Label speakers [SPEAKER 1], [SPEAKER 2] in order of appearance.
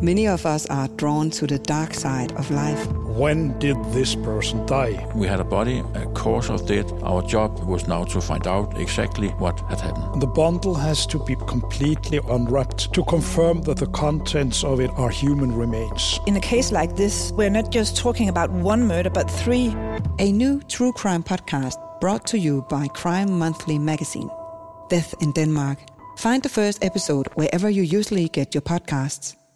[SPEAKER 1] Many of us are drawn to the dark side of life.
[SPEAKER 2] When did this person die?
[SPEAKER 3] We had a body, a cause of death. Our job was now to find out exactly what had happened.
[SPEAKER 2] The bundle has to be completely unwrapped to confirm that the contents of it are human remains.
[SPEAKER 4] In a case like this, we're not just talking about one murder, but three.
[SPEAKER 1] A new true crime podcast brought to you by Crime Monthly magazine. Death in Denmark. Find the first episode wherever you usually get your podcasts.